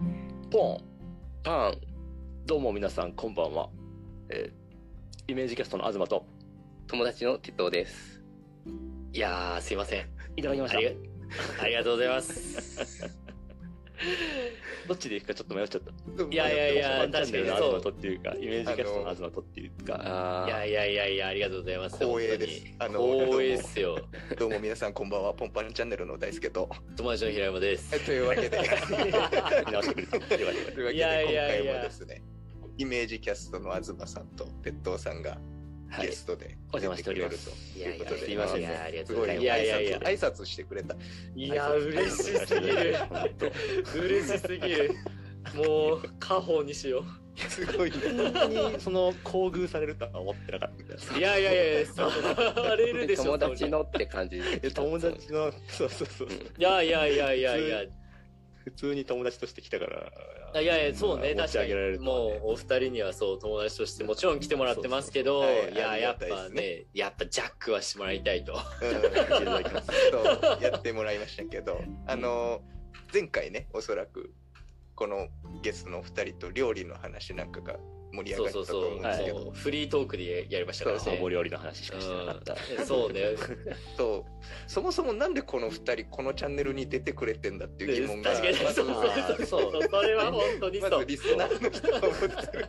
コーン、パン、どうも皆さん、こんばんは。えーイメージキャストの東と、友達の鉄道です。いやー、すいません。いただきまあした。りがありがとうございます。どっちで行くかちょっと迷っちゃった。いやいやいや、チャン確かネルにのそ東う。とっていうか、イメージキャストの東とっていうか、あいやーいやいやいや、ありがとうございます。光栄です本当にあの光栄ですよ。どうも皆さんこんばんは、ポンパンチャンネルの大輔と。友達の平山です はい。という わけで、見直してくれた。よかったよかっというわけでいやい今やい回やもですね、イメージキャストの東さんと鉄道さんがたはいゲ。ストでお邪魔出してておりくれまるすと。いやいやということでいませんね。ありがとすうごございいます。いやねいやいや挨。拶挨拶してくれた。いや、嬉しすぎる。ほんと嬉しすぎる。もう、家宝にしよすごいね。本当に、その、厚遇されるとは思ってなかった。う。いやいやいやいや、されるでしょ。友達のって感じでえ友達の、そうそうそう。それ。いやいやいやいやいや。普通に友達として来たから。いやいや、そうね、持確ちか上げられるに。とはねもう、お二人にはそう、友達としてもちろん来てもらってますけど、そうそうそうはいいや、ありやがったいでぱすねね、やっぱジャックはしてもらいたいと。うんそうやってもらいましたけど、あの、前回ね、おそらく、このゲストのお二人と料理の話なんかが盛り上そうがったそうとそ思ううんはでいすけそど、う。フリートークでやりましたからそう、おね。料理の話しかしてなかった。そうね。そうそもそもなんでこの二人このチャンネルに出てくれてんだっていう 疑問が確かに、まずそうそうそうそう。それは本当にまそずう。リスナーの人が思ってる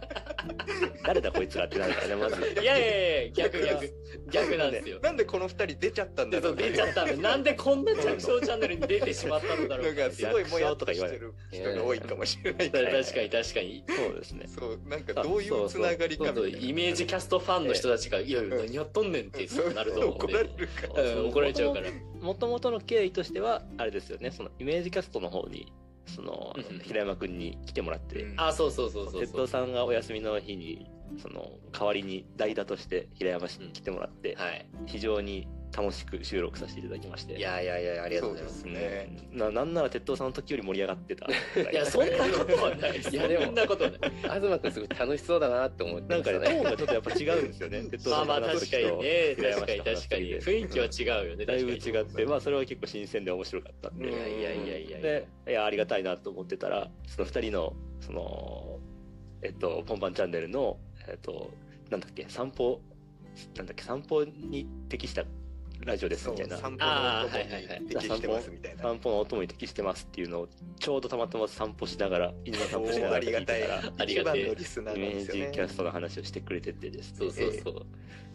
誰だこいつらってなるからね、まず。いやいやいや、逆逆、逆なんですよ。なんでこの二人出ちゃったんでだろそうう出ちゃったんだ。なんでこんな着想チャンネルに出てしまったのだろのうかがってすいう。ごいもやっとしてる人が多いかもしれないか ら確かに確かに。そうですね。そうなんかどういうつながりかそみうそうたイいメージキャストファンの人たちが「いやいや何やっとんねん」ってななると思う怒んらでれるかうん怒られちゃうからもともとの経緯としては、あれですよね、そのイメージキャストの方に、そのうんうん、平山くんに来てもらって、らあそうそうそうそう鉄そ道うさんがお休みの日に、その、代わりに代打として平山氏に来てもらって、はい非常に楽しく収録させていただきまして。いやいやいやありがとうございまそうすですねうんななんなら鉄道さんの時より盛り上がってた。いやそんなことはないいやでもそんなことはない東君すごい楽しそうだなって思ってなんまかしね、たトーンね。がちょっとやっぱ違うんですよね、鉄道 まさあんまのあ確話かとにね平山確氏かのに確かに話で雰囲気は違うよねだい確ぶかに違って、まあそれは結構新鮮で面白かったんで。いやいやいやいやいやでいやありがたいなと思ってたらその2人のそのえっと「ポンパンチャンネルの」えっとなんだっけ散歩なんだっけ散歩に適したラジオですそうみたいな散歩の音に適してますみたいな散歩のお供に適してますっていうのをちょうどたまたま散歩しながら犬の散歩しながらあり聞がいたていたらあり一がたい番のリスナイーメなんですージよキャねストの話をしてくれててですねそうそうそうそう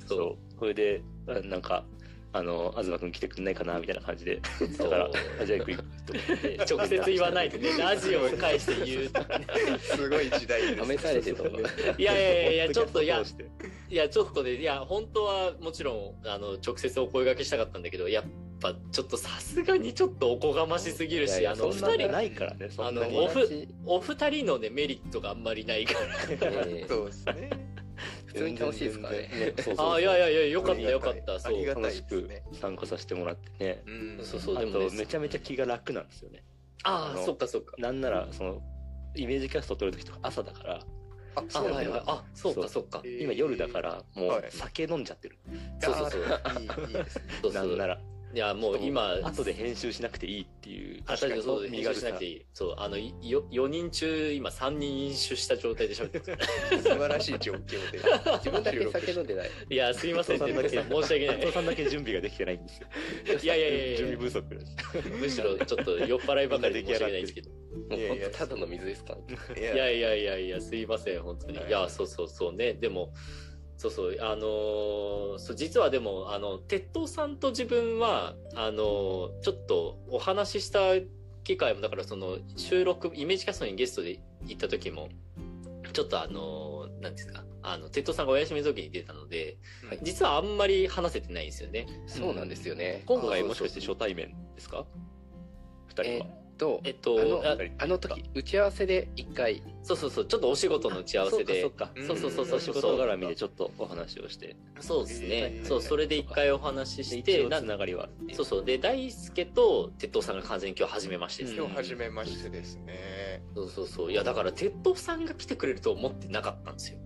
そうそれであなんかあの東君来てくんないかなみたいな感じでだからあじゃあ行く行くと思って 直接言わないとねラジオを返して言うすごい時代です試されてると思う。いやいやいやいやちょっといやポッドキャストを通していや、ちょっとね、いや、本当はもちろん、あの、直接お声掛けしたかったんだけど、やっぱ、ちょっとさすがにちょっとおこがましすぎるいやし、いやあの、そんな二に人、ないからね、そんなにあのオフ友お二人のね、メリットがあんまりないから。達ええそうですね普通に楽しいですからね。。そうそうああ、いやいやいや、よかったよかった、あそうり。がた楽いしですくね参加させてもらってね。うんそうあそう、でもと、ね、めちゃめちゃ気が楽なんですよね。あああ、のそっかそっか。なんなら、その、イメージキャスト撮るときとか朝だから、ああ、そうなんだはいはい。あ、そうかそっか。今夜だから、もうはい酒飲んじゃってる。そうそうそう。あーいいいいですねそうなそんなう。ら、いや、もう今、後で編集しなくていいっていう。あ、確かにそう、身編軽集さしなくていい。そう、あの、いよ4人中、今3人飲酒した状態で喋ってます。素晴らしい状況 で自分だけ酒飲んでない。いや、すいません、お父さんだけ哲也さん申し訳な松尾 い。さんだけ準備ができてないんですよ。いやいやいやいや準備不足です。むしろちょっと酔っ払いばかりで申し訳ないですけど。もう本当ただの水ですから。いいやいやいやいや、すいません、本当に。はいいや、そうそうそうね。でも、そうそう、あのーそう、実はでも、あの、鉄塔さんと自分は、あのーちょっとお話しした機会も、だからその、収録、イメージキャストにゲストで行った時も、ちょっとあのーなんですか、あの、鉄塔さんがお休みの時に出たので、はい実はあんまり話せてないんですよね。そうなんですよね。今回もしかして初対面ですか二え人は。っとえっあと、のああの時打ち合わせで一回そうそうそう、ちょっとお仕事の打ち合わせで。そうか、そうそうそうそうお仕事絡みでちょっとお話をして、そうですえーはねい。そう、それで一回お話しして、なつんながりはあるっていうそうそう。で、大輔と鉄道さんが完全に今日初めましてですね今日初めましてですね。そうそうそう。いや、だから、鉄道さんが来てくれると思ってなかったんですよ。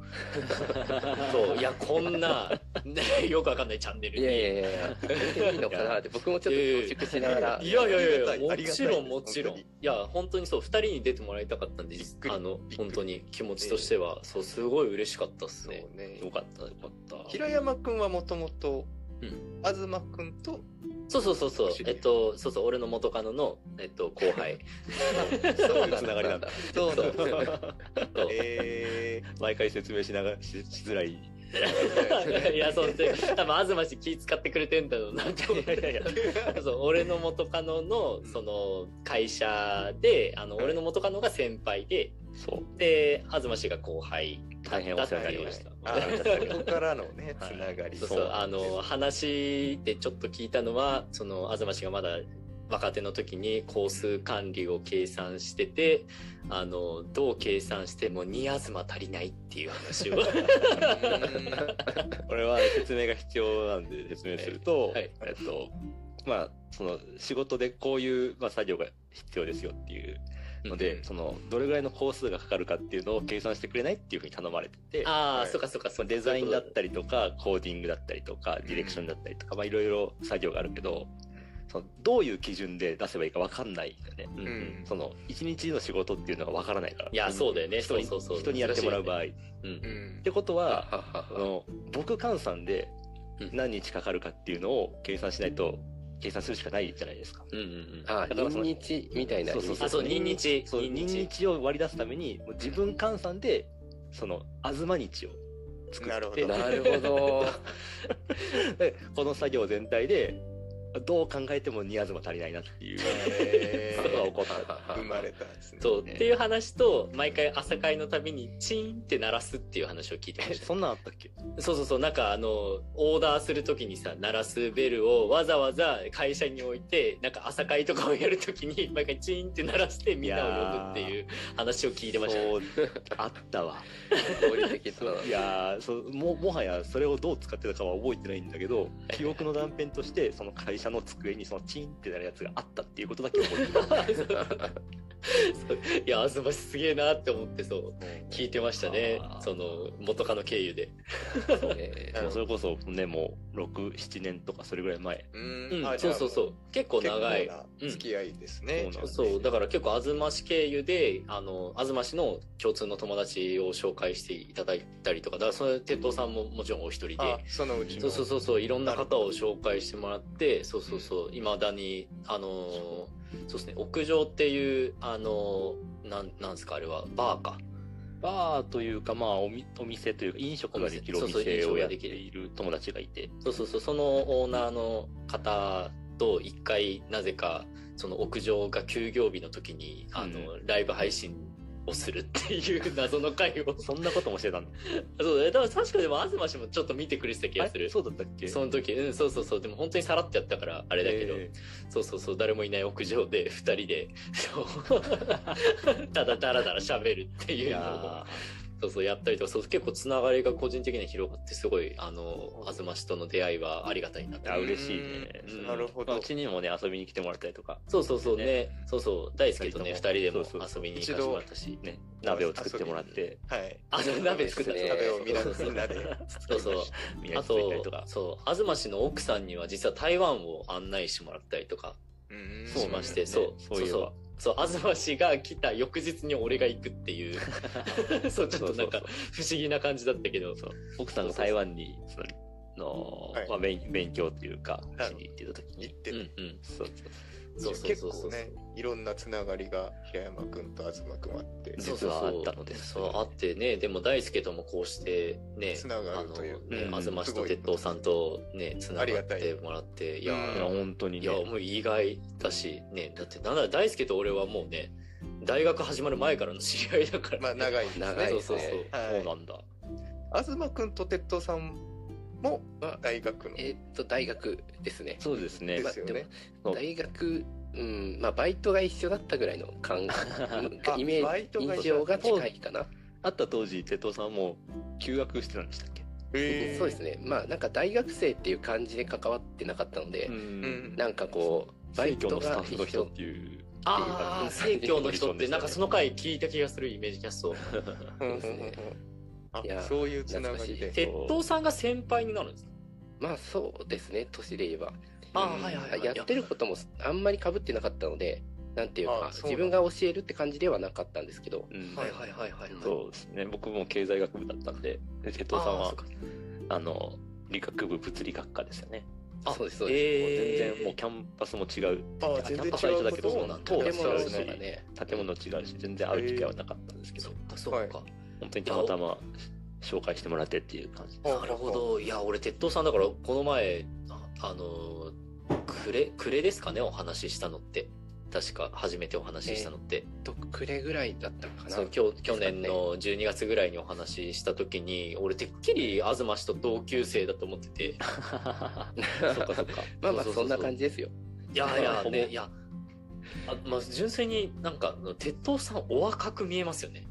そう。いや、こんな、ねよくわかんないチャンネルいに。やいやいやいや、見ていいのかなって、僕もちょっと恐縮しながら、いやいやいやいありがたいや、あもりがたいちろんもちろん。本当にいや、本当にそう、二人に出てもらいたかったんでびっく、りあのびっくり、本当に気持ちとしては、そう、すごい嬉しかったっすそうね。ね。よかったよかった平山くんはもともとう、 東くんと、そうそうそうそう知、り合えいっと、そうそう、俺の元カノの、えっと、後 輩。そうつながりなんだ。そうそそうう。そうえ毎回説明しながらししづらい いや、そうで、多分東氏気使ってくれてんだろうなって思って。いやいやいそう、俺の元カノの、その、会社で、あの、俺の元カノが先輩で、そうで、東氏が後輩だ大変っおた世っ話にてないりうましたー、あーそこからのね、つはいながり。そうそうそうあの話でちょっと聞いたのはその東氏がまだ若手の時に工数管理を計算しててあのどう計算しても2東足りないっていう 話をこれは説明が必要なん で説明すると、はいはいえっとまあその仕事でこういう、まあ、作業が必要ですよっていうので、うんそのどれぐらいの工数がかかるかっていうのを計算してくれないっていうふうに頼まれててああ、はいそっかそっかそまっあかデザインだっそういうこたりとかコーディングだったりとかディレクションだったりとか、まあ、いろいろ作業があるけどそのどういう基準で出せばいいか分かんないんだよね。とだうんその一日の仕事っていうのが分からないからいやそうだよね人にそうそうそう人にやってもらう場合、うんっうんてことはあはの僕換算でうん何日かかるかっていうのを計算しないと計算するしかないじゃないですか。うんうんあ、だからそ臨の日みたいな意味そうあそうに任日そう任任日日を割り出すためにもう自分換算でその東日を作なるっほてどなるほど。で この作業全体でどう考えてもニアズも足りないなっていうえことが起こった。ー生まれたんですね。そうっていう話と毎回朝会のたびにチーンって鳴らすっていう話を聞いてまえしたそんなんあったっけそうそうそう、なんかあの、オーダーするときにさ、鳴らすベルをわざわざ会社に置いて、なんか朝会とかをやるとき に、毎回チーンって鳴らしてみんなを呼ぶっていう話を聞いてましたね。そうあったわ。合理的そうだいやーそうももはやそれをどう使ってたかは覚えてないんだけど記憶の断片としてその会社の机にそのチンってなるやつがあったっていうことだけ覚えてる いや、あずましすげえなって思ってそう、聞いてましたねあ。ーその、元カノ経由で。ねもうそれこそねもう67年とかそれぐらい前うんうんあ、じそゃうあそうそう。結構長い結。構な付き合いですね。うんじゃあ構ねそう、だから結構、あずまし経由で、あの、あずましの共通の友達を紹介していただいたりとか、だから、その、鉄道さんももちろんお一人であ、、そのうちの。そうそうそうそういろんな方を紹介してもらってそうそうそういまだにあのーそうですね屋上っていうあのーなんなんですかあれはバーかバーというかまあおみお店というか飲食ができるおそうそう飲店食をがやっでてきるいる友達がいてそうそうそうそのオーナーの方と一回なぜかその屋上が休業日の時にあの、ライブ配信をするっていう謎の回をそんなこともしてたんだそうだから確かでも東氏もちょっと見てくれてた気がすあれるそうだったっけその時うんそうそうそうでも本当にさらってやったからあれだけど、えそうそうそう誰もいない屋上で2人でそう ただダラダラ喋るってーいいうのをやそうそうやったりとかそう結構つながりが個人的には広がってすごいあの東氏との出会いはありがたいなってーあ嬉しいねうんなるほまあどう。ちにもね遊びに来てもらったりとかそうそうそうねねそうそう大好きとね2二人でもそうそうそ遊びに行かせてもらったしね鍋を作ってもらってはい。あそう鍋作ったそうですね鍋をみんなそうそうそうみんなでそうそうみんなあで作ったとりとかそう東氏の奥さんには実は台湾を案内してもらったりとか うんしましてそうそういえばそうそう東氏が来た翌日に俺が行くっていう そうちょっとなんかそうそうそう不思議な感じだったけどそう奥さんが台湾にその、はいまあ、勉勉強っていうかはいしに行ってた時行っに、てうんうてんそうそうそうそう結そうそ構うねいろんなつながりが平山くんと東くんあってそう実はあったのですそうあってねでも大輔ともこうしてねつながあるのというねうん東氏すとごい鉄道さんとねつなありがっがたいてもらっていやいや本当にいねやもう意外だしねだってなんなら大輔と俺はもうね大学始まる前からの知り合いだからね、まあ長いですね長いそでうすそうねそうはそういなんだ東くんと鉄道さんもは大学の。えーっと、大学ですね。そうですねでまあすよね。そう大学、うん、まあ、バイトが一緒だったぐらいの感あ覚、イメバイージ、トが一緒印象が近いかな。 会った当時、哲夫さんはもう休学してたんでしたっけえーそうですね。まあ、なんか大学生っていう感じで関わってなかったので、んなんかこう、バイ選ト挙のスタッがフの一人緒っていう。ああ、ってい生う 協の人コンっディションでて、したなんねかその回聞いた気がするイメージキャスト。うんうんうんそうあですねいやそういうつながりで。鉄塔さんが先輩になるんですかまあ、そうですね。年で言えば。あうーんはいはいはい。やってることもあんまり被ってなかったので、なんていうかあ、そうな自ん分が教えるって感じではなかったんですけど、うんはいはいはいはい。そうですね。僕も経済学部だったんで、で哲あー。夫さんはそっかあの理学部物理学科ですよね。あそうです、そうです。もう全え然もうキャンパスも違う、ああ全然キャンパスは一緒だけど、違うそこのと塔が違建物うのし、方がね、建物違うし、全然会う機会はなかったんですけそどっ、かそっか。本当にたまたま紹介してもらってっていう感 じ。なるほ。ど。いや、俺、鉄塔さんだから、この前、ああのー、くれ、くれですかね、お話ししたのって。確か、初めてお話ししたのって。とくれぐらいだったかな。そう去去年 の12月ぐらいにお話しした時に俺てっきり東氏と同級生だと思ってていそっかそっか。まあまあ、そうそそうそうんな感じですよ。やいやほぼねいやあまあ純粋になんかあの鉄塔さんお若く見えますよね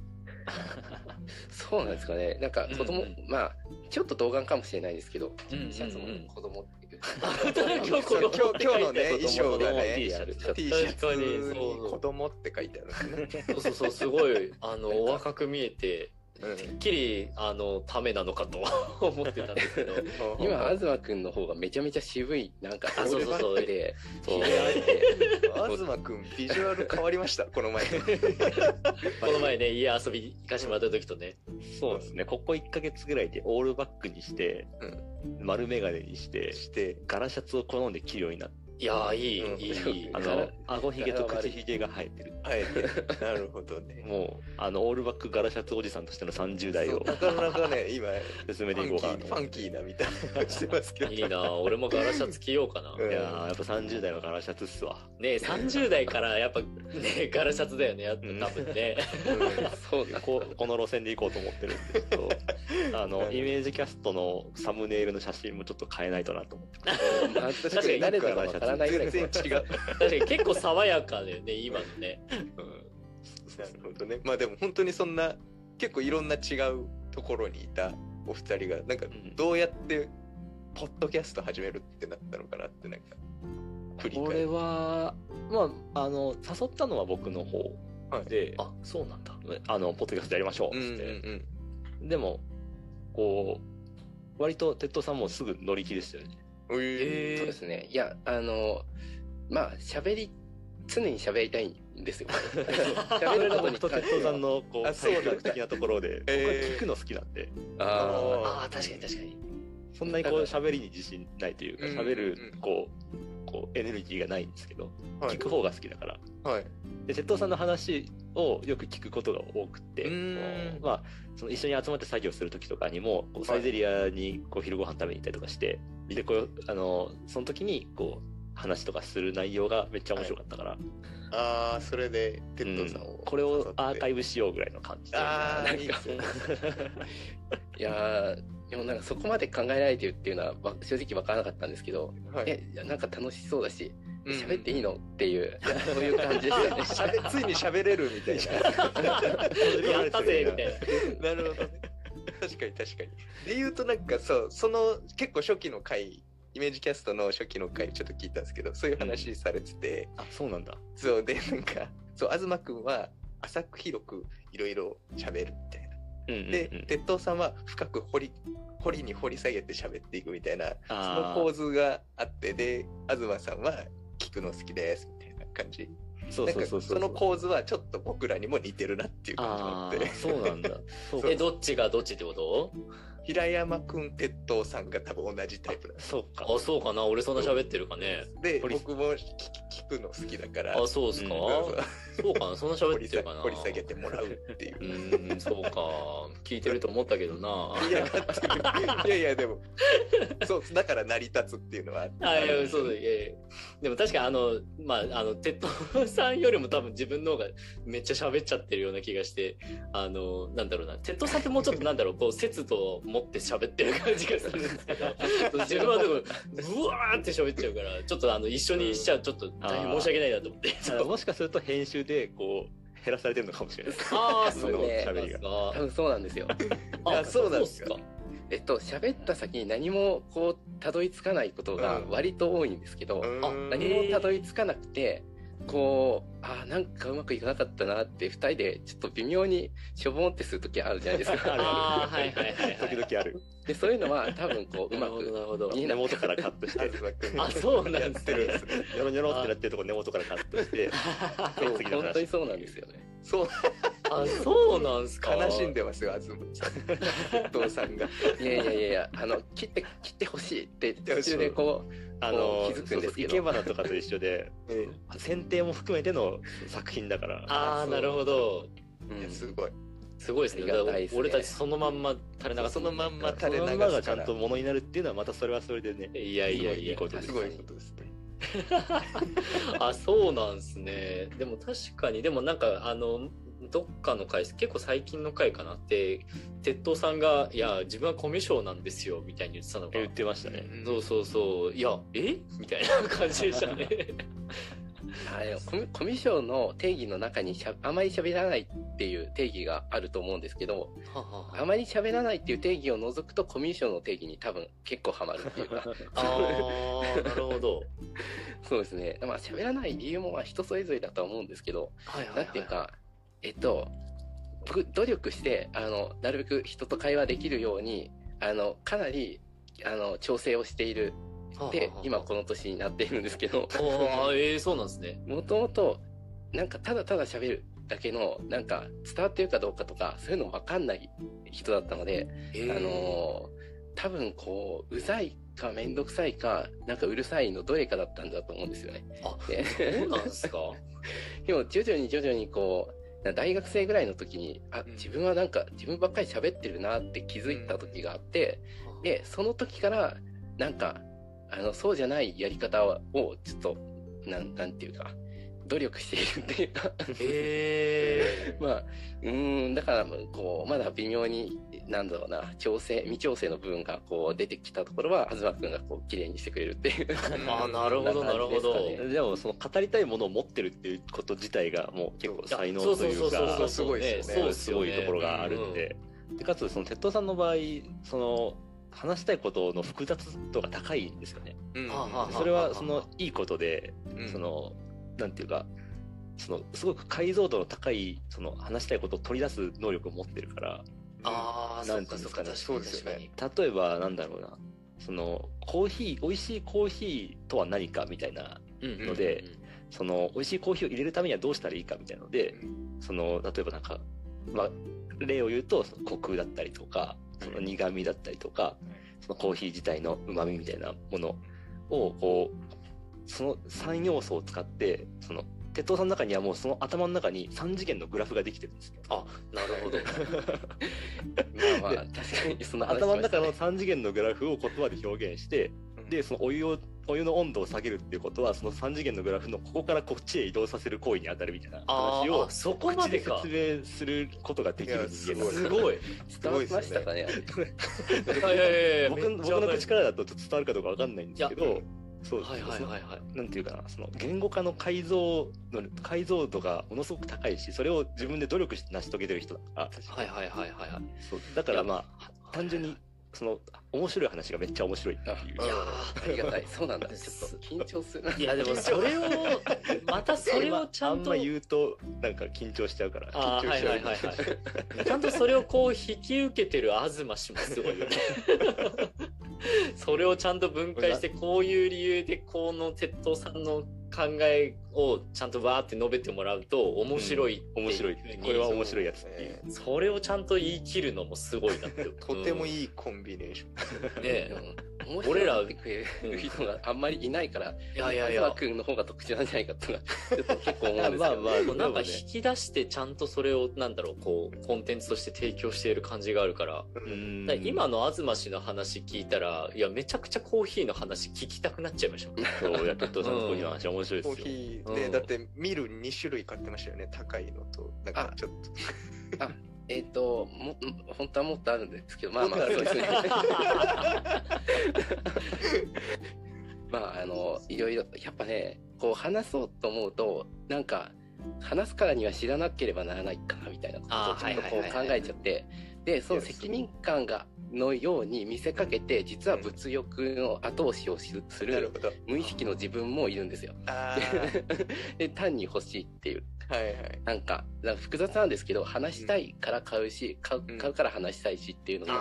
そうなんですかね。なんか子供、うんうんまあ、ちょっと童顔かもしれないですけど、うんうんうんシャツも子供っていう。今日そ子供う今日今日のね衣装が子供の T ねシャツ T シャ確かにそうそツにう子供って書いてあるんですね。そうそうそうすごいあのお若く見えてうんてっきりあのためなのかと 思ってたんですけど 今、東くんの方がめちゃめちゃ渋い、なんか、あそうそうそうオールバック で、そうひげあって東くんビジュアル変わりましたこの前。この前ね家遊び行かしてもらった時とねそうですね。ここ1ヶ月ぐらいでオールバックにして、丸メガネにして、してガラシャツを好んで着るようになって、いやーいい、うんいいいい あガのラ、顎ひげと口ひげが生えてる。あえてなるほどね。もう、あの、オールバックガラシャツおじさんとしての30代そうをなかなかね今進フめていァこンうキかなーとフ思って。ァンキーなみたいなしてますけど。いいな俺もガラシャツ着ようかな、うんいやーやっぱ30代はガラシャツっすわ。ね30代からやっぱね ガラシャツだよねやっぱ多分ね、そうなんこうこの路線で行こうと思ってるんで、 ちょっと、あなるほの、どイメージキャストのサムネイルの写真もちょっと変えないとなと思って。まあ確かに誰だかわからないぐらい全然違う。確かに結構爽やかだよね今のね、なるほどね。まあでも本当にそんな結構いろんな違うところにいたお二人がなんかうんどうやってポッドキャスト始めるってなったのかなってなんか振りこ返れる。は、まあ、あの、誘ったのは僕の方で、あそうなんだあの、ポッドキャストやりましょううっんつうっんて、うん。でも、こう、割と鉄塔さんもすぐ乗り気でしたよね。うえそうですね。いや、あの、まあ、喋り、常に喋りたいんですよ。 そ喋れるこがと僕にと関鉄して塔さはんの、こう、あそう対なんだ比力的なところで、僕はえー聞くの好きなんで、ああー確かに確かにそんなにこう、喋りに自信ないというか、うん喋うるん、こう、こう、エネルギーがないんですけど、はい聞く方が好きだから。はい。で、鉄塔さんの話をよく聞くことが多くて、うーんこうまあ、その一緒に集まって作業する時とかにも、こうサイゼリアにこう昼ご飯食べに行ったりとかして、で、こう、あの、その時に、こう、話とかする内容がめっちゃ面白かったから、ああそれでテッドさんうを、んこれをアーカイイブしようぐらいの感じで。あなあんいいでかすね。いやーでもなんかそこまで考えられてるっていうのはわ正直わからなかったんですけど、はいえいやなんか楽しそうだしうん喋っていいのっていうそういう感じでした ね喋ついに喋れるみたいやったぜみたいなな。なるほどね。確かに確かに。で言うとなんかそうその結構初期の回イメージキャストの初期の回ちょっと聞いたんですけどそういう話されてて、あ、そうなんだ。そうでなんかそう東くんは浅く広くいろいろ喋るみたいな。うんうんうんで、鉄塔さんは深く掘り掘りに掘り下げて喋っていくみたいなそのあ構ー図があってで東さんは聞くの好きですみたいな感じそうそうそうなんかその構図はちょっと僕らにも似てるなっていう感じがああっあてー、そうなんだ。そうえどっちがどっちってこと平山くん鉄塔さんが多分同じタイプなんですそうか。あそうかな俺そんな喋ってるかねで掘り僕も聞き聞くの好きだからあそうっすか、そうそうそうかなそんな喋掘っりて下るかな掘り下げてもらうっていうう。ーんそうか聞いてると思ったけどないやだっていやいやでもそうだから成り立つっていうのはあってあいやそうだいやいやでも確かにあのまああの鉄塔さんよりも多分自分の方がめっちゃ喋っちゃってるような気がしてあのなんだろうな鉄塔さんってもうちょっとなんだろうこう節度を持持って喋ってる感じがするんですけどそう自分はでもブワーって喋っちゃうからちょっとあの一緒にしちゃうちょっと大変申し訳ないなと思ってあのもしかすると編集でこう減らされてるのかもしれないああ そそううねなんです多か分そうなんですよ。いやそうなんですかえっと、喋った先に何もこう、たどり着かないことが割と多いんですけうど、ーん何もたどり着かなくて、こう、あーなんかうまくいかなかったなって、二人でちょっと微妙にしょぼんってする時あるじゃないですあるか。 ああはいはいはい、時々あるで、そういうのは多分こう、うなまるほどく、なるほどいいな根元からカットしあてずまくんあそうなんですねやってるんですねニョロニョロってなってるとこ根元からカットしてそう次の話本当にそうなんですよね。そうあそうなんですか悲しんでますよあずまちゃん鉄道さんがいやいやいやいや、あの、切って、切ってほしいって、途中でこう、あの気づくんですけど生け花とかと一緒でえ剪定も含めての作品だからああなるほどうえいやんすごいすごいですねありがたいですね俺たちそのまんま垂れ流すそのまんまそ垂れの流す馬がちかゃんらとものになるっていうのはまたそれはそれでねいやいやいいいやことですすごいことですねあそうなんですねでも確かにでもなんかあのどっかの回結構最近の回かなって鉄塔さんが「いや自分はコミュ障なんですよ」みたいに言ってたのが言ってましたね そうそうそう「いやえみたいな感じでしたねあれコミコミュ障の定義の中にしゃあまり喋らないっていう定義があると思うんですけどははあまり喋らないっていう定義を除くとコミュ障の定義に多分結構ハマるっていう か あーなるほどそうですねまあ喋らない理由もまあ人それぞれだとは思うんですけどはいはなんていうかえっと僕努力してあのなるべく人と会話できるようにあのかなりあの調整をしているで今この年になっているんですけどああええそうなんですねもともと、なんかただただ喋るだけの、なんか伝わってるかどうかとか、そういうの分かんない人だったので、えあーのー多分こう、うざいかめんどくさいか、なんかうるさいのどれかだったんだと思うんですよね。あでそうなんですかでも徐々に徐々にこう、な大学生ぐらいの時に、あ、ん自分はなんか自分ばっかり喋ってるなって気づいた時があって、で、その時から、なんか、あの、そうじゃないやり方を、ちょっと、なん、なんていうか、努力しているっていうか、 えまあ、うーん、だから、こう、まだ微妙に、なんだろうな、調整、未調整の部分が、こう、出てきたところは、東くんが、こう、綺麗にしてくれるっていう。 ー、あーなるほどなるほど、そんな感じですかでもその語りたいものを持ってるっていうこと自体がもう結構才能というやかすごいですよねそうすごいところがあるんででかつその鉄道さんの場合その話したいことの複雑度が高いんですよねうんはあはあそれはそのいいことでうんそのなんていうかそのすごく解像度の高いその話したいことを取り出す能力を持ってるからあなあそうんていかうんそでうすかかね確かにそうです確よ例えかにねばなんだろうなそのコーヒー美味しいコーヒーとは何かみたいなうんのでその美味しいコーヒーを入れるためにはどうしたらいいかみたいなのでその例えばなんか、まあ、例を言うとそのコクだったりとかその苦味だったりとかそのコーヒー自体の旨味みたいなものをこうその3要素を使ってその鉄道さんの中にはもうその頭の中に3次元のグラフができてるんですよ。あなるほどまあ、まあ確かに、その話し頭のました中ねの3次元のグラフを言葉で表現してでそのお湯をお湯の温度を下げるっていうことはその3次元のグラフのここからこっちへ移動させる行為に当たるみたいなあ話ーをあそこまでか口で説明することができる人間なんですすごい伝わりましたかね。いやいやいや僕めっちゃ僕の口からだとちょっと伝わるかどうかわかんないんですけいやどそうはいはいそのはいはいなんていうかなその言語化の解像の解像度がものすごく高いしそれを自分で努力して成し遂げてる人だからはいはいはいはいはいそうだからいやまあ単純にその面白い話がめっちゃ面白いっていういやありがたい。そうなんだ。ちょっと緊張するな。ーいやでもそれをまたそれをちゃんとあんま言うとなんか緊張しちゃうからあ緊ー張はしいちゃはういはいはいちゃんとそれをこう引き受けてる東氏もすごいよね それをちゃんと分解してこういう理由でこの鉄塔さんの考えをちゃんとわーって述べてもらうと面白いってう面白い風にこれは面白いやつっていうえそれをちゃんと言い切るのもすごいなって。ーと てもい。いいコンビネーションねうん面俺ら白いってくれる人があんまりいないから、いやいやいや。君の方が特殊なんじゃないかとか、ちょっと結構思うんですけど。まあまあもうなんでかもね引き出してちゃんとそれをなんだろうこうコンテンツとして提供している感じがあるからうんだから今の東氏の話聞いたらいやめちゃくちゃコーヒーの話聞きたくなっちゃいましたそういや鉄道さんのコーヒーの話面白いコでーすよ、ヒーうでんだってミル2種類買ってましたよね高いのとなんかちょっとえっ、とも本当はもっとあるんですけどまあまあもそっうとですねはまああのいろいろやっぱねこう話そうと思うとなんか話すからには知らなければならないかみたいなことあをーちょっとこうはいはいはいは考いえちゃってでそのいやそう責任感がのように見せかけて実は物欲の後押しをするすなるるほど。無意識の自分もいるんですよ。あー で単に欲しいっていう はいはい。なんかなんか複雑なんですけど話したいから買うし買ううん買うから話したいしっていうのが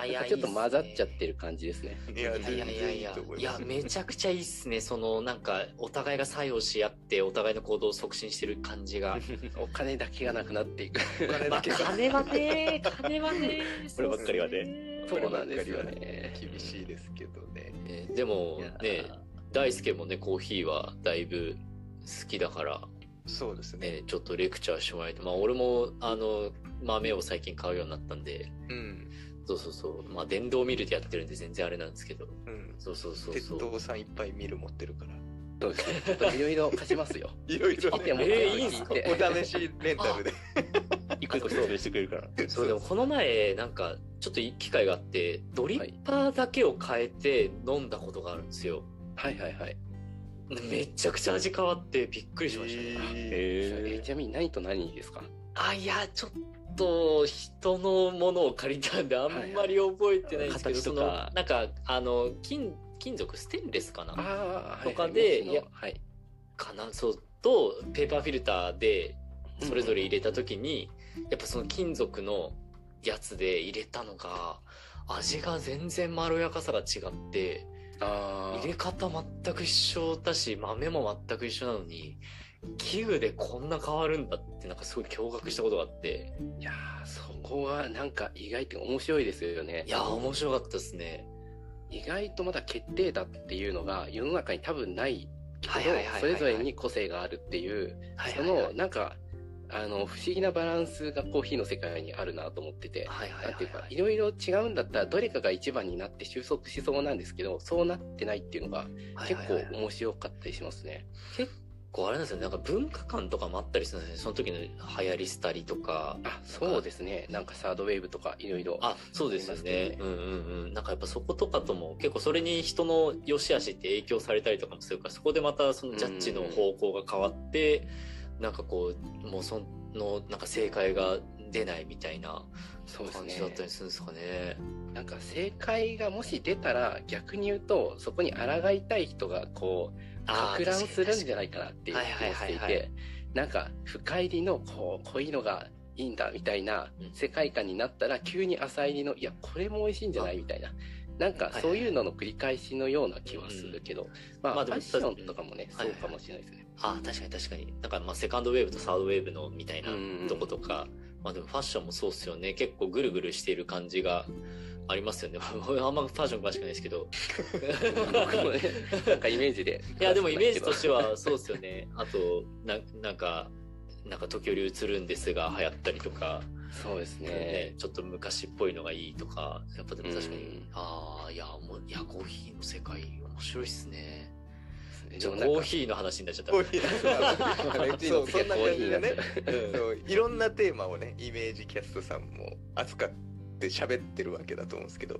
あーいなやんかちょっと混ざっちゃっいいすねてる感じですね。いや、いや全いや然いいいやと思いいまやす。めちゃくちゃいいっすねそのなんかお互いが作用し合ってお互いの行動を促進してる感じがお金だけがなくなっていく。お金 まあだけが金はね金はねこればっかりはねそそううれでばっかなんりですよね。厳しいですけどね。すねでもいやね大輔もねコーヒーはだいぶ好きだからそうですね。ねちょっとレクチャーしてもらえてまあ俺もあの豆を最近買うようになったんでうん。そうそうそうまあ電動ミルでやってるんで全然あれなんですけどうん。そうそうそう鉄そう道さんいっぱいミル持ってるから。そうですね。ちょっといろいろ貸しますよ。いろいろ来てもらっえてーいいんすか聞お試しレンタルで。いくつか説明してくれるから。 そうでもこの前なんかちょっといい機会があってドリッパーだけを変えて飲んだことがあるんですよ、はいはいはい。めちゃくちゃ味変わってびっくりしましたね、えええーちなみに何と何ですかあいやちょっと人のものを借りたんであんまり覚えてないんですはけど、いはいそ形とのかなんかあの金金属ステンレスかなああ、はいはいとかで昔のいやはい。かなそうとペーパーフィルターでそれぞれ入れた時に、やっぱその金属のやつで入れたのが味が全然まろやかさが違ってあ入れ方全く一緒だし豆も全く一緒なのに器具でこんな変わるんだってなんかすごい驚愕したことがあってあ、いやーそこはなんか意外と面白いですよねい。やー面白かったですね意外とまだ決定打っていうのが世の中に多分ないけはいはいはいはいはど、いそれぞれに個性があるっていう、はいそはいはいのなんか、あの、不思議なバランスがコーヒーの世界にあるなと思ってて。はいはいなはんていういかはいいろいろ違うんだったらどれかが一番になって収束しそうなんですけどそうなってないっていうのがはい結はい構はい面白かったりしますね。こうあれなんですよねなんか文化観とかもあったりするんですよねその時の流行りしたりとかあそうですねなんかサードウェーブとかいろいろあそうですよありねますけうんうんうんなんかやっぱそことかとも結構それに人の良し悪しって影響されたりとかもするからそこでまたそのジャッジの方向が変わってなんかこうもうそのなんか正解が出ないみたいなそうです感じだったねりするんですかね。なんか正解がもし出たら逆に言うとそこに抗いたい人がこうあ攪ー乱確かすにるんじゃないかなっていうはい気はいもしはていいはいてなんか深入りのこうこういうのがいいんだみたいなうん世界観になったら急に浅入りのいやこれも美味しいんじゃないみたいななんかはいはいそういうのの繰り返しのような気はするけどままあフあでァもッションとかもねはそいうはいかもしれないですね。あ確かに確かにだからまあセカンドウェーブとサードウェーブのみたいなうんとことか、まあ、でもファッションもそうっすよね結構ぐるぐるしている感じがありますよね 俺あんまファッション詳しくないですけ ど僕もねなんかイメージで いやでもイメージとしてはそうっすよねあとななんかなんか時折映るんですが流行ったりとか、そうですねね、ちょっと昔っぽいのがいいとかやっぱでも確かに、うんああいやもういやコーヒーの世界面白いっすねでちょもコなんかーヒーの話になっちゃったコーヒーなんそう、そんな感じ でね。うんそういろんなテーマをね、イメージキャストさんも扱って喋ってるわけだと思うんですけど、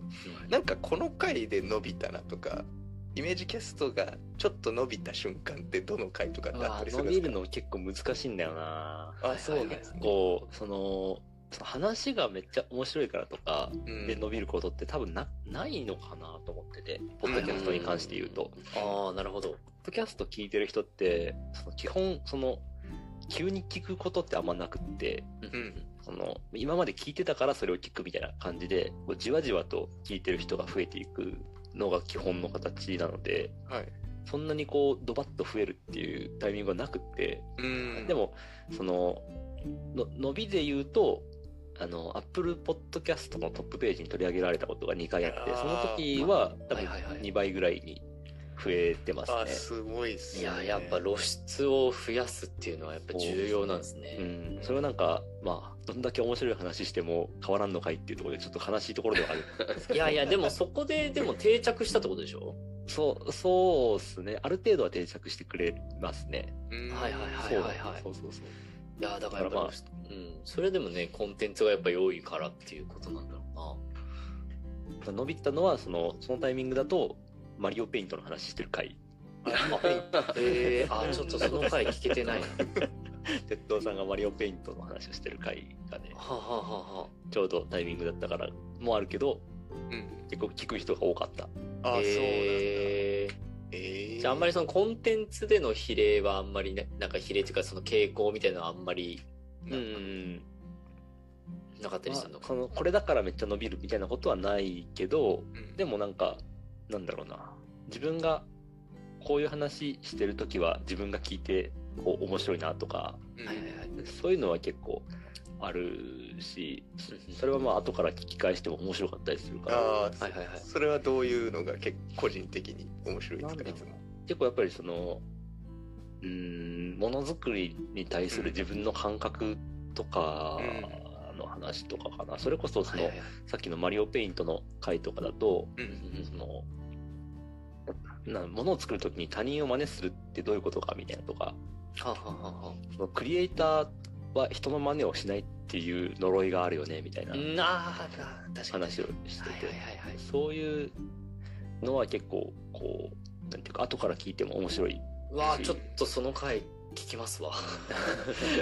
なんかこの回で伸びたなとか、イメージキャストがちょっと伸びた瞬間ってどの回とかってあったりす伸るんでびするかの結構難しいんだよな。あ、そうなんですね。こう、その、その話がめっちゃ面白いからとか、うんで伸びることって多分なないのかなと思ってて、ポッドキャストに関して言うと。ポッああなるほどドキャスト聞いてる人って、その基本、その、急に聞くことってあんまなくって、うんその、今まで聞いてたからそれを聞くみたいな感じで、こうじわじわと聞いてる人が増えていくのが基本の形なので、はい。そんなにこう、ドバッと増えるっていうタイミングはなくって、うん。で、も、その、の伸びで言うと、あの、Apple Podcast のトップページに取り上げられたことが2回あって、あーその時は多はい分はいはい2倍ぐらいに増えてますね。あ、すごいっすいね。ややっぱ露出を増やすっていうのはやっぱ重要なんですね。うん、それはなんか、まあ、どんだけ面白い話しても変わらんのかいっていうところで、ちょっと悲しいところではある。 いやいやでもそこででも定着したってことでしょ。そう、そうですね。ある程度は定着してくれますね。うんはいはいはいそうそうそうそう。いやーだからやっぱり、まあうん、それでもねコンテンツがやっぱり多いからっていうことなんだろうな伸びたのはそのそのタイミングだとマリオペイントの話してる回え ー、あちょっとその回聞けてないな鉄道さんがマリオペイントの話をしてる回がねはあ、はあははちょうどタイミングだったからもあるけどうん。結構聞く人が多かったあ、そうなんだ。ええーーじゃああんまりそのコンテンツでの比例はあんまりねなんか比例っていうかその傾向みたいなのはあんまりうんなかったりするのかそのこれだからめっちゃ伸びるみたいなことはないけどうんでもなんかなんだろうな自分がこういう話してる時は自分が聞いてこう面白いなとかうんはいはいはいそういうのは結構あるしそれはまあ後から聞き返しても面白かったりするからああ、はいはいはいそれはどういうのが結構個人的に面白いですかないんだつろうも。結構やっぱりそのうーんものづくりに対する自分の感覚とかの話とかかなそれこそそはいのはいはいさっきのマリオペイントの回とかだとううんん。うんそのなものを作る時に他人を真似するってどういうことかみたいなとかはあはあはあはそのクリエイターは人の真似をしないっていう呪いがあるよねみたいなあうんあーな確かに話をしてはいてはいはいはいそういうのは結構こうなんていうか後から聞いても面白いうわあちょっとその回聞き ますわ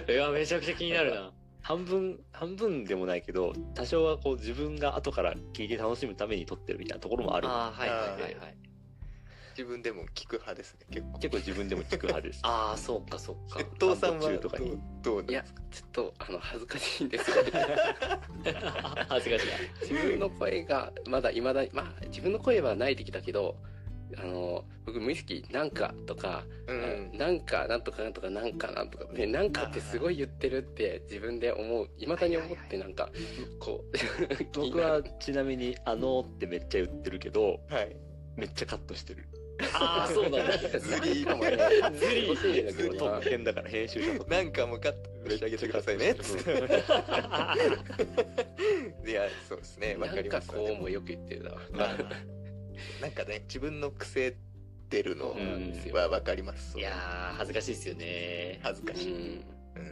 いやめちゃくちゃ気になるな半分半分でもないけど多少はこう自分が後から聞いて楽しむために撮ってるみたいなところもあるあーはいはいはいはい自分でも聞く派ですね、結構。結構自分でも聞く派です ああそうかそうか鉄道さんは散歩ど中とかにうどうなんいでやすかちょっとあの恥ずかしいん ですけど 恥ずかしい自分の声がまだいまだにまあ自分の声はない時だけどあの僕無意識「なんか」とかう「ん。なんかなんとかなんとかなんかなんとか」ね「なんか」ってすごい言ってるって自分で思ういまだに思ってなんかこ う気に僕なはるちなみに「あのー」ってめっちゃ言ってるけど はい。めっちゃカットしてるああ そうなんだズリなんかもねー。ずり欲しいんだけどな特編だから編集者となんかもうカットしてあげてくださいね。つっいや、そうですね。わなかんりかますわこでうももよく言ってるな。なんかね、自分の癖出るのそうなんですよ。はわかります。いやー恥ずかしいですよね恥ずかうしい。んうん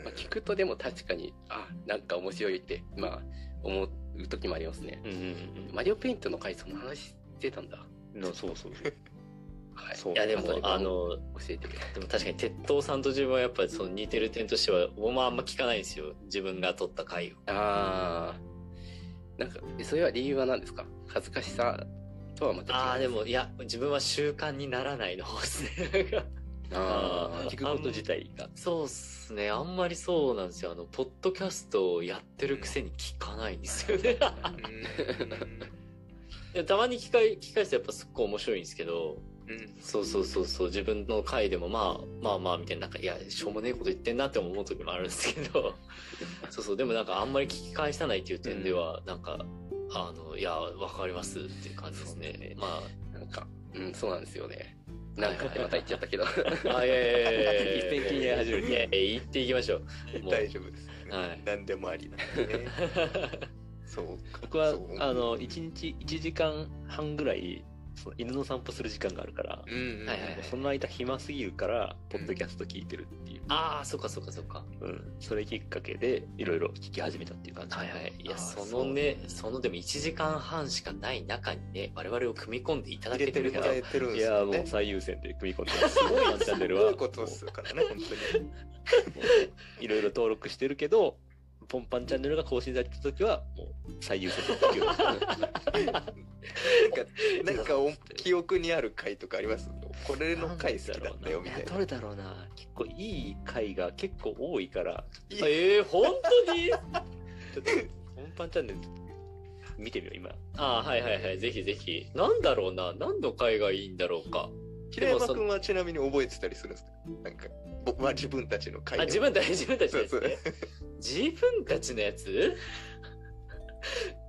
まあ、聞くとでも確かにあなんか面白いってまあ思う時もありますね。うんうんマリオペイントの回その話してたんだ。 うんのそうそうそうはい。そういやでも後あの教えてくれ。でも確かに鉄塔さんと自分はやっぱりその似てる点としては僕もあんま聞かないんですよ自分が撮った回をああ。なんかえそれは理由は何ですか。恥ずかしさとはまた違う。ああでもいや自分は習慣にならないの方ですねあ聞くこと自体がそうっすねあんまりそうなんですよあのポッドキャストをやってるくせに聞かないんですよねいやたまに聞か聞き返すとやっぱすっごい面白いんですけどうんうんそうそうそうそう自分の回でもまあまあまあみたいななんかいやしょうもねえこと言ってんなって思う時もあるんですけどそうそうでもなんかあんまり聞き返さないっていう点では、なんかあのいやわかりますっていう感じですねそうねまあなんかうんそうなんですよね。なんかまた言っちゃったけど。 ああいやいやいやいやいや 一点気になり始めるいやいや言っていきましょうもう大丈夫です。はい何でもありなんでね。そうか。僕はそうあの1日1時間半ぐらいその犬の散歩する時間があるからうんうんうん。はいはいその間暇すぎるからポッドキャスト聞いてるっていう、ああそっかそっかそっかうん、それきっかけでいろいろ聞き始めたっていう感じはいはいいあやーそのねそのでも1時間半しかない中にね我々を組み込んでいただけ入れててるるかもららえてるんいですやよもうね。最優先で組み込んですごいなチャンネすルごはいことですからね、本当に。いろいろ登録してるけどポンパンチャンネルが更新された時はもう最優先で聞くよなんかお記憶にある回とかありますこ れの回好きだったよみいたやいなど。れだろうな結構いい回が結構多いからいええー、本当 にちょっとポンパンチャンネル見てみよう今あーはいはいはいぜひぜひなんだろうな何の回がいいんだろうか平山君はちなみに覚えてたりするんですかなんか、僕は自分たちの回をあ自分たち 自分たちそうそのうやつね自分たちのやつ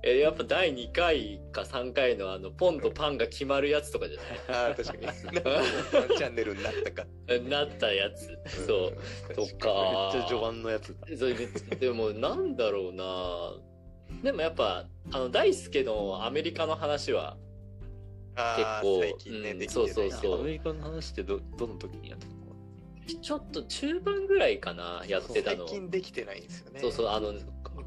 えやっぱ第2回か3回のあのポンとパンが決まるやつとかじゃあー確 かに。なんかワンチャンネルになったか。ない なったやつそううん。とかめっちゃ序盤のやつだそれででもなんだろうなでもやっぱあの大輔のアメリカの話はあ結ー構最近ね、うんできてないそうそうそうアメリカの話ってどどの時にやったのちょっと中盤ぐらいかなやってた最の近できてないんですよね。そうそうあの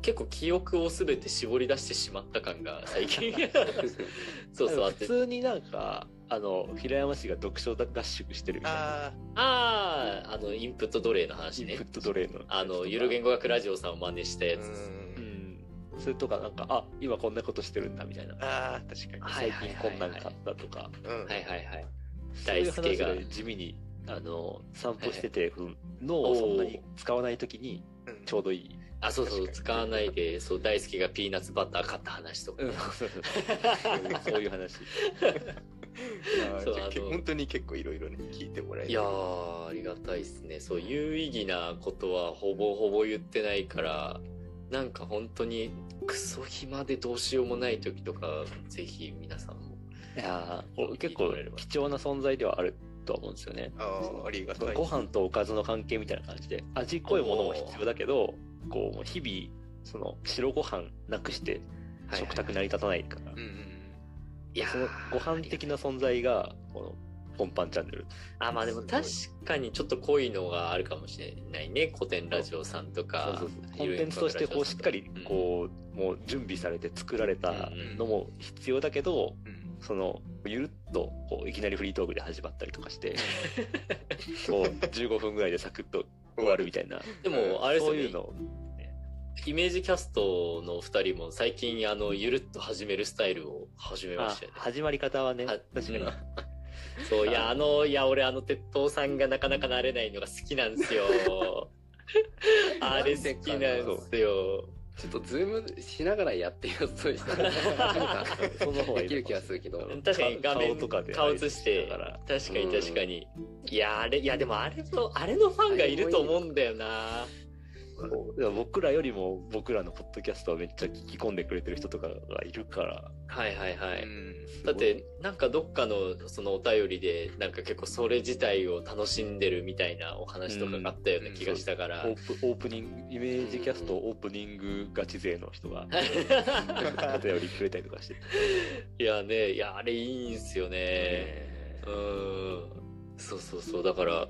結構記憶を全て絞り出してしまった感が 最近そうそうあっ普て通になんか、あの、平山氏が読書合宿してるみたいな。ああああのインプット奴隷のイ話ンねプット奴隷のやつとか。あのゆる言語語学ラジオさんを真似したあ、やうつですん。うん。それとかなんか、あ、今こんなことしてるんだみたいな。ああ、確かは最いは近いはいこはいんなん買ったとか。に。うん。はいはいはいそうい大う輔話がで地味に、あの、散歩してて、うん脳をそんなに使わないときにうんちょうどいい。あそうそ確うかに使わないでそう大輔がピーナッツバター買った話とか うん、そうそうそう そういう話。あーそうじゃああの本当に結構いろいろね、聞いてもらえる。いやーありがたいですねそう有意義なことはほぼほぼ言ってないからなんか本当にクソ暇でどうしようもない時とかぜひ皆さんもいやーお結構貴重な存在ではあるとは思うんですよね。あーありがそたのい。ご飯とおかずの関係みたいな感じで味濃いものも必要だけどこう日々その白ご飯なくして食卓成り立たないから、うんうんいやーそのご飯的な存在がこの「ポンパンチャンネルあまあでも確かにちょっと濃いのがあるかもしれないね古典ラジオさんと」かそうそうそうコンテンツとしてこうしっかりこうもう準備されて作られたのも必要だけどうんうん。そのゆるっとこういきなりフリートークで始まったりとかしてこう15分ぐらいでサクッと終わるみたいなでもあれですそよういねうのイメージキャストの2人も最近あのゆるっと始めるスタイルを始めましたよねあ始まり方はねは確かにうん。そういやああのいや俺あの鉄塔さんがなかなか慣れないのが好きなんですよあれ好きなんですよちょっとズームしながらやってよそうしたらなんかその方がいいできる気がするけど確かに画面顔とかで顔映してだから確かに確かにいやあれいやでもあれのあれのファンがいると思うんだよなそうだから僕らよりも僕らのポッドキャストをめっちゃ聞き込んでくれてる人とかがいるからはいはいはういんだってなんかどっかのそのお便りでなんか結構それ自体を楽しんでるみたいなお話とかがあったような気がしたから、オープオープニングイメージキャストオープニングガチ勢の人がお便りくれたりとかして いやねいやあれいいんすよねうーんそうそうそうだから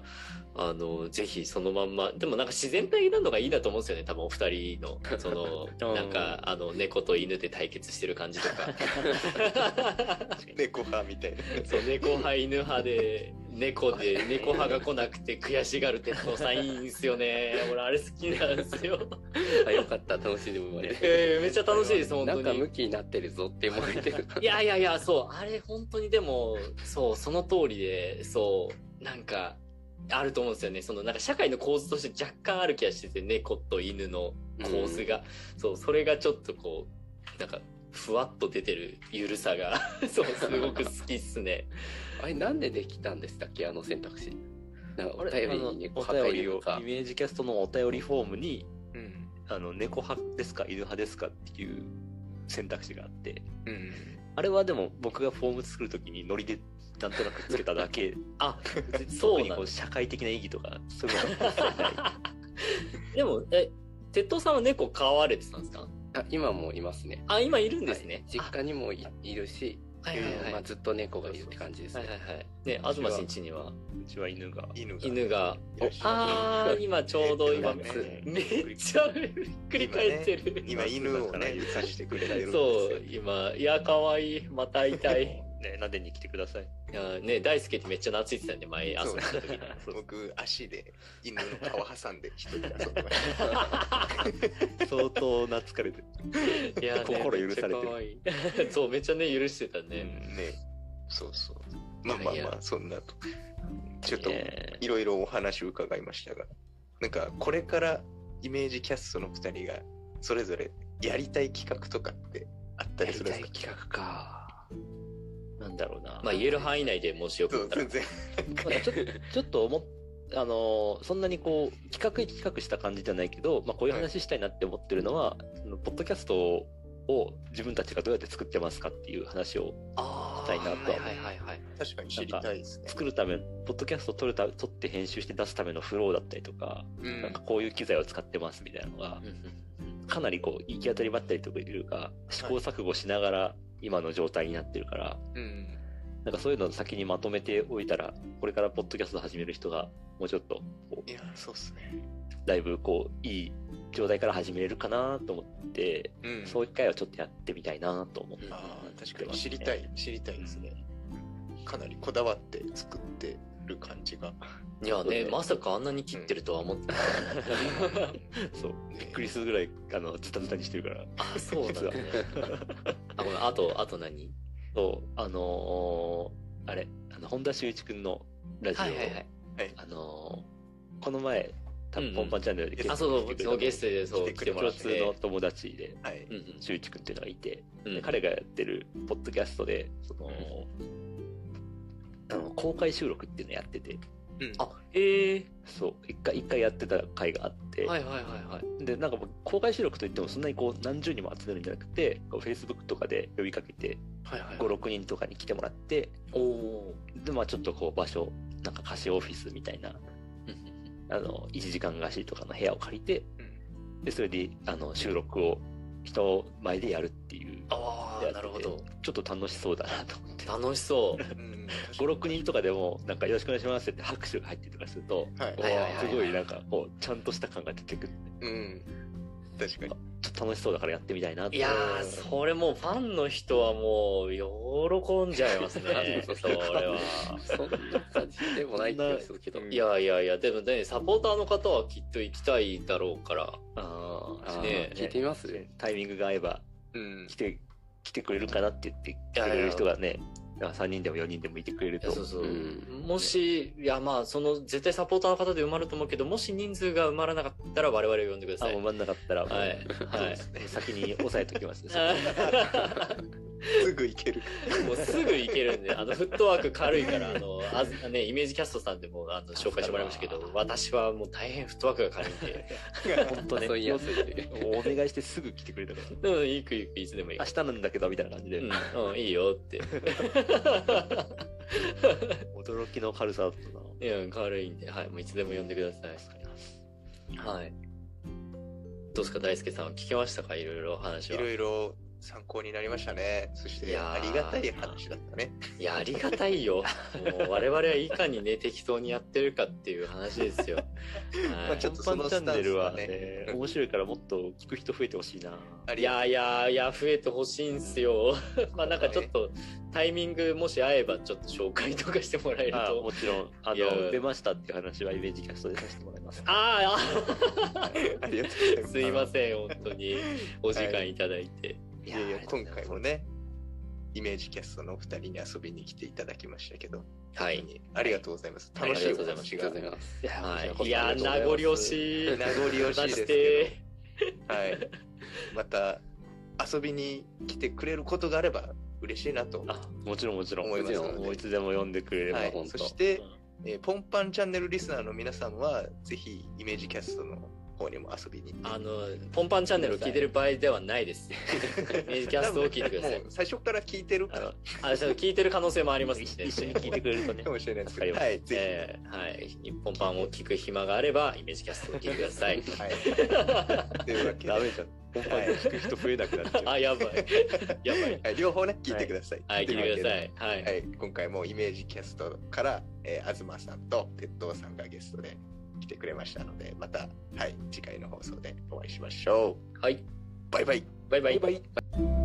あのぜひそのまんまでもなんか自然体なのがいいなと思うんですよね多分お二人のそう のんなんかあの猫と犬で対決してる感じ とか猫派みたいな。そう猫派犬派で猫で猫派が来なくて悔しがる鉄道さんいいんすよね俺あれ好きなんですよあよかった楽しんでもらえて えーめっちゃ楽しい です本な当んかに向きになってるぞって思えてるいやいやいや、そう、あれ本当にでも、そう、その通りで、そう、なんか、あると思うんですよね。そのなんか社会の構図として若干ある気がしてて、猫と犬の構図が、そう、それがちょっとこう、なんか、ふわっと出てるゆるさが、 そう、すごく好きっすね。あれなんでできたんでしたっけあの選択肢なんかおお便便りりにねお偏便りりとをかイメージキャストのお便りフォームにうん。あの猫派ですか犬派ですかっていう選択肢があってうん。あれはでも僕がフォーム作るときにノリでなんとなくつけただけ あ、特そうになこんうです。社会的な意義とかそういうのは一切ない でも、え、鉄道さんは猫飼われてたんですかあ今もいますねあ、今いるんですねはい。実家にもいいるし、あはいはいはい。まはあ、ずっと猫がいるって感じですね、いはいはい。ね、東新一にはうちは犬が犬が。犬がいらっしゃあー、今ちょうど今、ねめっちゃひっくり返ってる。る。今犬をね、指さしてくれてるんですよそう、今、いや、可愛いまた会いた い。 ね、なでに来てください。いやね、大輔ってめっちゃ懐いてたんで、前遊んそうだ時に。僕、足で犬の皮挟んで一人で遊んでました。相当懐かれてる。いや、ね、心許されてるる。 そう、めっちゃね、許してたね。ねそうそう。まあまあいやいまあ、やそんなと。ちょっ と、ねいろいろお話を伺いましたが、なんか、これからイメージキャストの2人が、それぞれやりたい企画とかってあったやりりするんたでいすか企画かなんだろうな。まあ、言える範囲内でもしよそかっうたら全。然。まあちょっと ちょっと思っあのーそんなにこう企画企画した感じじゃないけど、まあ、こういう話したいなって思ってるのは、そのポッドキャストを自分たちがどうやって作ってますかっていう話をあしたーいなとはいはいはいはい。確かに知りたいですね。作るためポッドキャストを撮るた撮って編集して出すためのフローだったりとか,、うなんんかこういう機材を使ってますみたいなのがうんうんかなりこう行き当たりばったりとかいうか試行錯誤しながら今の状態になってるから、うん。なんかそういうのを先にまとめておいたら、これからポッドキャスト始める人が、もうちょっと、こいや、そうっすね。うだいぶこう、いい状態から始めれるかなと思って、うん。そういう機会はちょっとやってみたいなと思って。ああ、確かに知りたい、知りたいですね。かなりこだわって作ってる感じが。いやそうねねまさかあんなに切ってるとは思ってない、そう。ねびっくりするぐらい、あの、ズタズタにしてるから。あ そうなんだねあごめんあとあと何そう、あのーあれ、あの、本田修一くんのラジオ、あのーこの前、たうんうんポンパンチャンネルであそうそうそのゲストでそう来て来くてれもたら共っ通ての友達で、はい。うん修一くんっていうのがいて、うんうでん彼がやってるポッドキャストで、その、あの公開収録っていうのやってて、うんあへえそう、一回、一回やってた回があって、はいはいはいはいで、なんかもう公開収録といってもそんなにこう何十人も集めるんじゃなくて、こう Facebook とかで呼びかけて、はいはい5、6人とかに来てもらって、おおで、まあちょっとこう場所、なんか貸しオフィスみたいな、あの、1時間貸しとかの部屋を借りて、で、それで、あの、収録を人前でやるっていう、ああなるほどちょっと楽しそうだなと思って。楽しそううん5、6人とかでも、なんかよろしくお願いしますって拍手が入ってとかすると、はい。はいはいはいすごいなんかこう、ちゃんとした感が出てくるんで。うん。確かに。ちょっと楽しそうだからやってみたいなって。いやー、それもうファンの人はもう喜んじゃい ますねそうそれは。そんな感じでもない気がするけど。そんないやいやいや、でもね、サポーターの方はきっと行きたいだろうから。ああーーね聞いてみますねタイミングが合えばうん来。て来てくれるかなって言って来てくれる人がね3人でも4人でもいてくれるいとやそうそう。うんもし、いやまあ、その、絶対サポーターの方で埋まると思うけど、もし人数が埋まらなかったら我々呼んでくだあさい。もうは真い。ん中だったらもう、はそうでい。すね先に押さえときますねすぐ行ける。 もうすぐ行けるんで、あの、フットワーク軽いから、あの、あずね、イメージキャストさんでもあの紹介してもらいましたけど、私はもう大変フットワークが軽いんで。本当ね誘いやすいという。もうお願いしてすぐ来てくれたからうん、行く行く、いつでも行く明。日なんだけどみたいな感じで、うん、うんいいよって。驚きの軽さだったなうん、軽いんで、はい、もういつでも呼んでください。はい。どうですか、大輔さん、聞けましたか、いろいろお話いは。ろいろ参考になりましたね。そしいて、やーありがたい話だったね。いや、ありがたいよ。もう我々はいかにね、適当にやってるかっていう話ですよ。 まはあちょっとポそンパのンチャスンタンネスルははねね面白いからもっと聞く人増えてほしいなあい、いりがやいやいや増えてほしいんすよ まあなんかちょっとタイミングもし合えばちょっと紹介とかしてもらえるあともちろんあいやの出ましたっていう話はイメージキャストでさせてもらいます ああたい。ありがとうございます。すいません、本当にお時間いただいて。いやいや、今回もね、イメージキャストのお二人に遊びに来ていただきましたけど、はい。ありがとうございます。はい楽しいおありがとうございます話あがりがとうご。ざいます。いやいや、名残惜しい。名残惜しいですけて。ど、はい。また遊びに来てくれることがあれば嬉しいなと。あもちろんもちろん思いますのでもういつでも読んでくれれば、はい本、当そして、うんえーポンパンチャンネルリスナーの皆さんは、ぜひイメージキャストの方にも遊びに行ってあの、ポンパンチャンネルを聞いてる場合ではないです。メージキャストを聞いてください 多分もう最初から聞いてるあかのあ、そう聞いてる可能性もありますん一 で。一緒に聞いてくれるとねもしれないですけ助ど、かりはい、ぜえーはい。日本版を聞く暇があれば、イメージキャストを聞いてくだ さい。ひ。 はい。というわけでダ、メじゃん本番で聞く人増えなくなっちゃう、あ、やばい。やばい。はい、両方ね、聞いてください。はい、聞いてください。は。はいい、今回もイメージキャストから、えー、東さんと鉄道さんがゲストで来てくれましたので、また、はい、次回の放送でお会いしましょはい。う。バイバイ。バイバイ。バイ